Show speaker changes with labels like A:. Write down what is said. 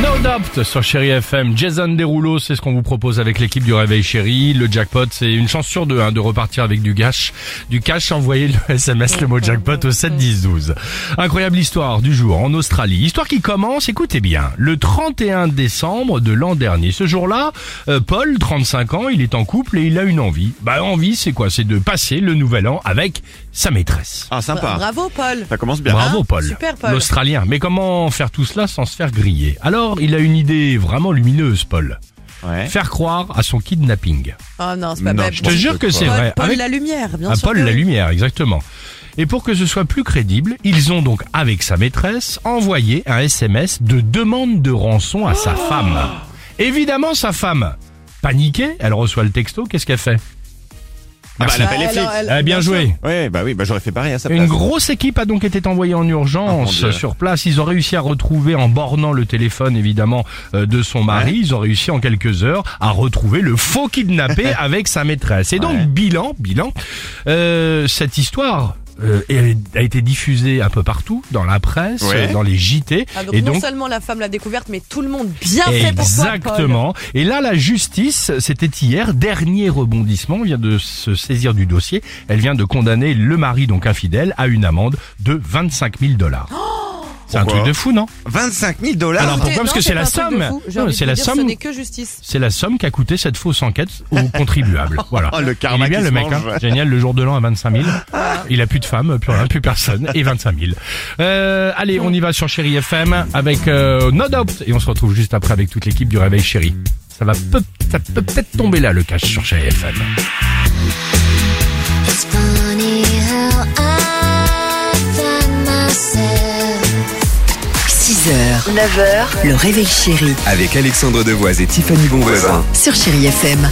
A: No Doubt sur Chéri FM. Jason Derulo, c'est ce qu'on vous propose avec l'équipe du Réveil Chéri. Le jackpot, c'est une chance sur deux hein, de repartir avec du cash. Du cash, envoyez le SMS, le mot jackpot au 7 10 12. Incroyable histoire du jour en Australie. Histoire qui commence, écoutez bien, le 31 décembre de l'an dernier. Ce jour-là, euh, Paul, 35 ans, il est en couple et il a une envie. Bah, envie, c'est quoi C'est de passer le nouvel an avec sa maîtresse.
B: Ah, sympa.
C: Bravo Paul.
B: Ça commence bien.
A: Bravo
C: Hein
A: Paul.
C: Super, Paul.
A: L'Australien. Mais comment faire tout cela sans se faire griller Alors, il a une idée vraiment lumineuse, Paul.
B: Ouais.
A: Faire croire à son kidnapping.
C: Oh non, c'est pas
B: Non,
C: mal.
B: je
A: Je te jure que c'est
C: Paul,
A: vrai.
C: Paul
A: Avec-
C: la lumière, bien
A: à
C: sûr.
A: Paul
C: que
A: la
C: oui.
A: lumière, exactement. Et pour que ce soit plus crédible, ils ont donc, avec sa maîtresse, envoyé un SMS de demande de rançon à sa femme.
C: Oh
A: Évidemment, sa femme, paniquée, elle reçoit le texto, qu'est-ce qu'elle fait
B: Ah bah, elle
C: Ah,
B: appelle les
C: alors,
B: flics.
C: elle-
A: Eh, Bien
C: sûr.
A: joué
B: Ouais, bah oui, bah j'aurais fait pareil à sa
A: Une
B: place.
A: grosse équipe a donc été envoyée en urgence
B: Oh mon Dieu.
A: sur place. Ils ont réussi à retrouver, en bornant le téléphone évidemment euh, de son mari,
B: Ouais.
A: ils ont réussi en quelques heures à retrouver le faux kidnappé avec sa maîtresse. Et donc
B: Ouais.
A: bilan, bilan, euh, cette histoire. euh, elle a été diffusée un peu partout, dans la presse,
B: Ouais.
A: euh, dans les JT.
C: Ah, donc
A: et
C: non
A: donc,
C: seulement la femme l'a découverte, mais tout le monde bien fait pour toi. Paul.
A: Exactement. Et là, la justice, c'était hier, dernier rebondissement, vient de se saisir du dossier. Elle vient de condamner le mari, donc infidèle, à une amende de 25 000 dollars. C'est un
B: Pourquoi
A: truc de fou, non
B: 25 000 dollars
A: Alors,
C: Écoutez,
A: pourquoi Parce
C: non,
A: que c'est la
C: pas un truc de
A: somme.
C: fou. J'ai
A: Non,
C: envie
A: c'est
C: de
A: la
C: dire,
A: somme.
C: Ce n'est que justice.
A: C'est la somme qu'a coûté cette fausse enquête aux contribuables. Voilà.
B: Oh, le karma
A: Il est bien
B: qui
A: le
B: se
A: mec, hein.
B: mange. Ah.
A: génial, le jour de l'an à 25 000. Il a plus de femme, plus rien, plus personne, et 25 000. Euh, allez, on y va sur Chéri FM avec euh, No Doubt, et on se retrouve juste après avec toute l'équipe du Réveil Chéri. Ça va peut- ça peut peut-être tomber là, le cash sur Chéri FM.
D: It's funny how I find myself
E: 6h, 9h, le réveil chéri
F: Avec Alexandre Devoise et Tiffany Bonvoisin.
E: sur Chérie FM.